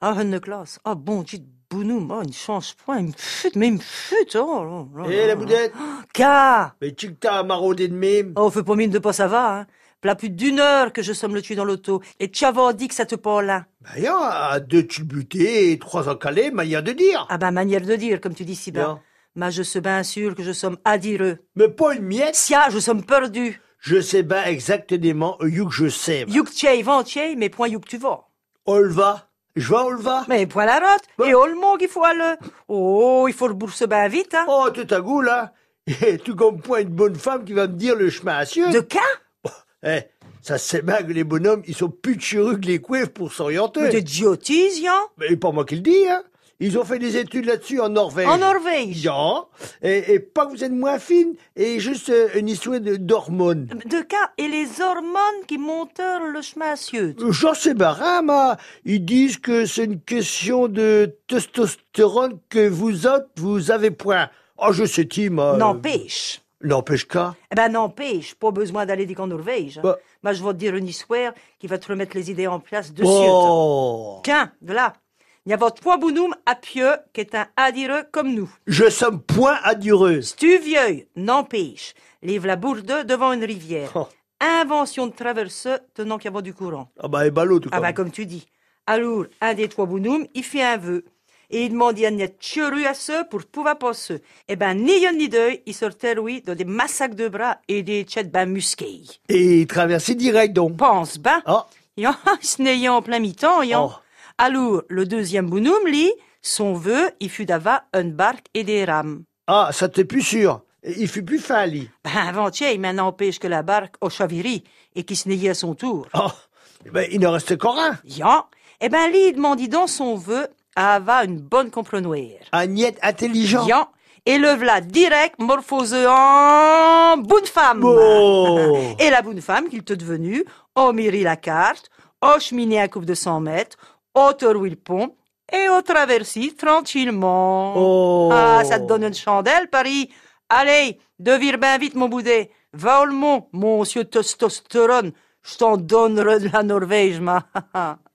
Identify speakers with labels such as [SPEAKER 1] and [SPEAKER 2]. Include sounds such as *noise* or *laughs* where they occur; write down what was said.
[SPEAKER 1] Ah, Anne Classe. Ah, bon Dieu de Bounoum. Ah, il ne change pas. Il me fute, mais il me fute. Oh, là, là,
[SPEAKER 2] Hé, Eh, la
[SPEAKER 1] là.
[SPEAKER 2] boudette
[SPEAKER 1] Car
[SPEAKER 2] Mais tu que t'as maraudé de mime
[SPEAKER 1] Oh, fais pas mine de pas, ça va, hein. Plat plus d'une heure que je somme le tuer dans l'auto. Et t'avais dit que ça te parle. hein.
[SPEAKER 2] Bah y'a, à deux tu le butais et trois encalés, manière de dire
[SPEAKER 1] Ah, ben, manière de dire, comme tu dis si bien.
[SPEAKER 2] Bien.
[SPEAKER 1] Mais je sais bien sûr que je somme adireux.
[SPEAKER 2] Mais pas une miette
[SPEAKER 1] Sia, je somme perdu.
[SPEAKER 2] Je sais ben exactement you que je sais. ben.
[SPEAKER 1] Youk tchei, vent tchei, mais point youk tu vas.
[SPEAKER 2] Olva Je vais à Olva
[SPEAKER 1] Mais point la rote. Et oh, le monde qu'il faut aller. Oh, il faut le bourse bien vite, hein.
[SPEAKER 2] Oh, tout à goût, là *laughs* Et Tu comme point une bonne femme qui va me dire le chemin à suivre
[SPEAKER 1] De quand
[SPEAKER 2] Eh, ça se sait bien que les bonhommes, ils sont plus chéreux que les coueves pour s'orienter.
[SPEAKER 1] De diotise, hein.
[SPEAKER 2] Mais pas moi qui le dis, hein. Ils ont fait des études là-dessus en Norvège.
[SPEAKER 1] En Norvège.
[SPEAKER 2] Bien. Et, et pas que vous êtes moins fine, et juste euh, une histoire de- d'hormones.
[SPEAKER 1] De cas et les hormones qui montent le chemin à Sieux.
[SPEAKER 2] J'en sais pas, rien, moi. hein, Ils disent que c'est une question de testostérone que vous autres, vous avez point. Oh, je sais, Tim. euh,
[SPEAKER 1] N'empêche.
[SPEAKER 2] N'empêche qu'à.
[SPEAKER 1] Eh ben n'empêche, pas besoin d'aller dire qu'en Norvège. hein.
[SPEAKER 2] Bah.
[SPEAKER 1] Moi, je vais te dire une histoire qui va te remettre les idées en place de suite.
[SPEAKER 2] Oh.
[SPEAKER 1] Tiens, de là. Il y a votre point bonhomme à pieux qui est un adireux comme nous.
[SPEAKER 2] Je somme point adieureuse.
[SPEAKER 1] Tu vieux, n'empêche. Livre la bourde devant une rivière.
[SPEAKER 2] Oh.
[SPEAKER 1] Invention de traverseux tenant qu'à avoir du courant.
[SPEAKER 2] Ah bah, et ballot, tout
[SPEAKER 1] Ah
[SPEAKER 2] comme.
[SPEAKER 1] bah comme tu dis. Alors, un des trois bonhommes, il fait un vœu. Et il demande à Agnès Chiru à ceux pour pouvoir passer. Eh ben, ni yon ni deux, il sortait, oui, dans des massacres de bras et des tchètes ben musqués.
[SPEAKER 2] Et traverser direct, donc.
[SPEAKER 1] Pense, ben,
[SPEAKER 2] Ah.
[SPEAKER 1] *laughs* yon, ce n'est en plein mi-temps, yon.
[SPEAKER 2] Oh.
[SPEAKER 1] Alors, le deuxième bonhomme, lui, son vœu, il fut d'avoir une barque et des rames.
[SPEAKER 2] Ah, ça t'es plus sûr. Il fut plus fin, lui.
[SPEAKER 1] Ben, avant-hier, il n'empêche que la barque au chaviré et qu'il se n'ayait à son tour.
[SPEAKER 2] Oh, eh ben, il ne reste qu'en un.
[SPEAKER 1] Yon, eh ben, lui, il demandit dans son vœu à avoir une bonne comprenoire.
[SPEAKER 2] Agnette intelligent.
[SPEAKER 1] Yan, et le v'là direct morphose en bonne femme.
[SPEAKER 2] Oh.
[SPEAKER 1] Et la bonne femme qu'il te devenu, au miri la carte, au cheminé à coupe de 100 mètres, au où le pont, et au traversi tranquillement.
[SPEAKER 2] Oh.
[SPEAKER 1] *laughs* Ah, ça te donne une chandelle, Paris. Allez, devire bien vite, mon boudet. Va au mont, monsieur testostérone. Je t'en donnerai de la Norvège, ma. *laughs*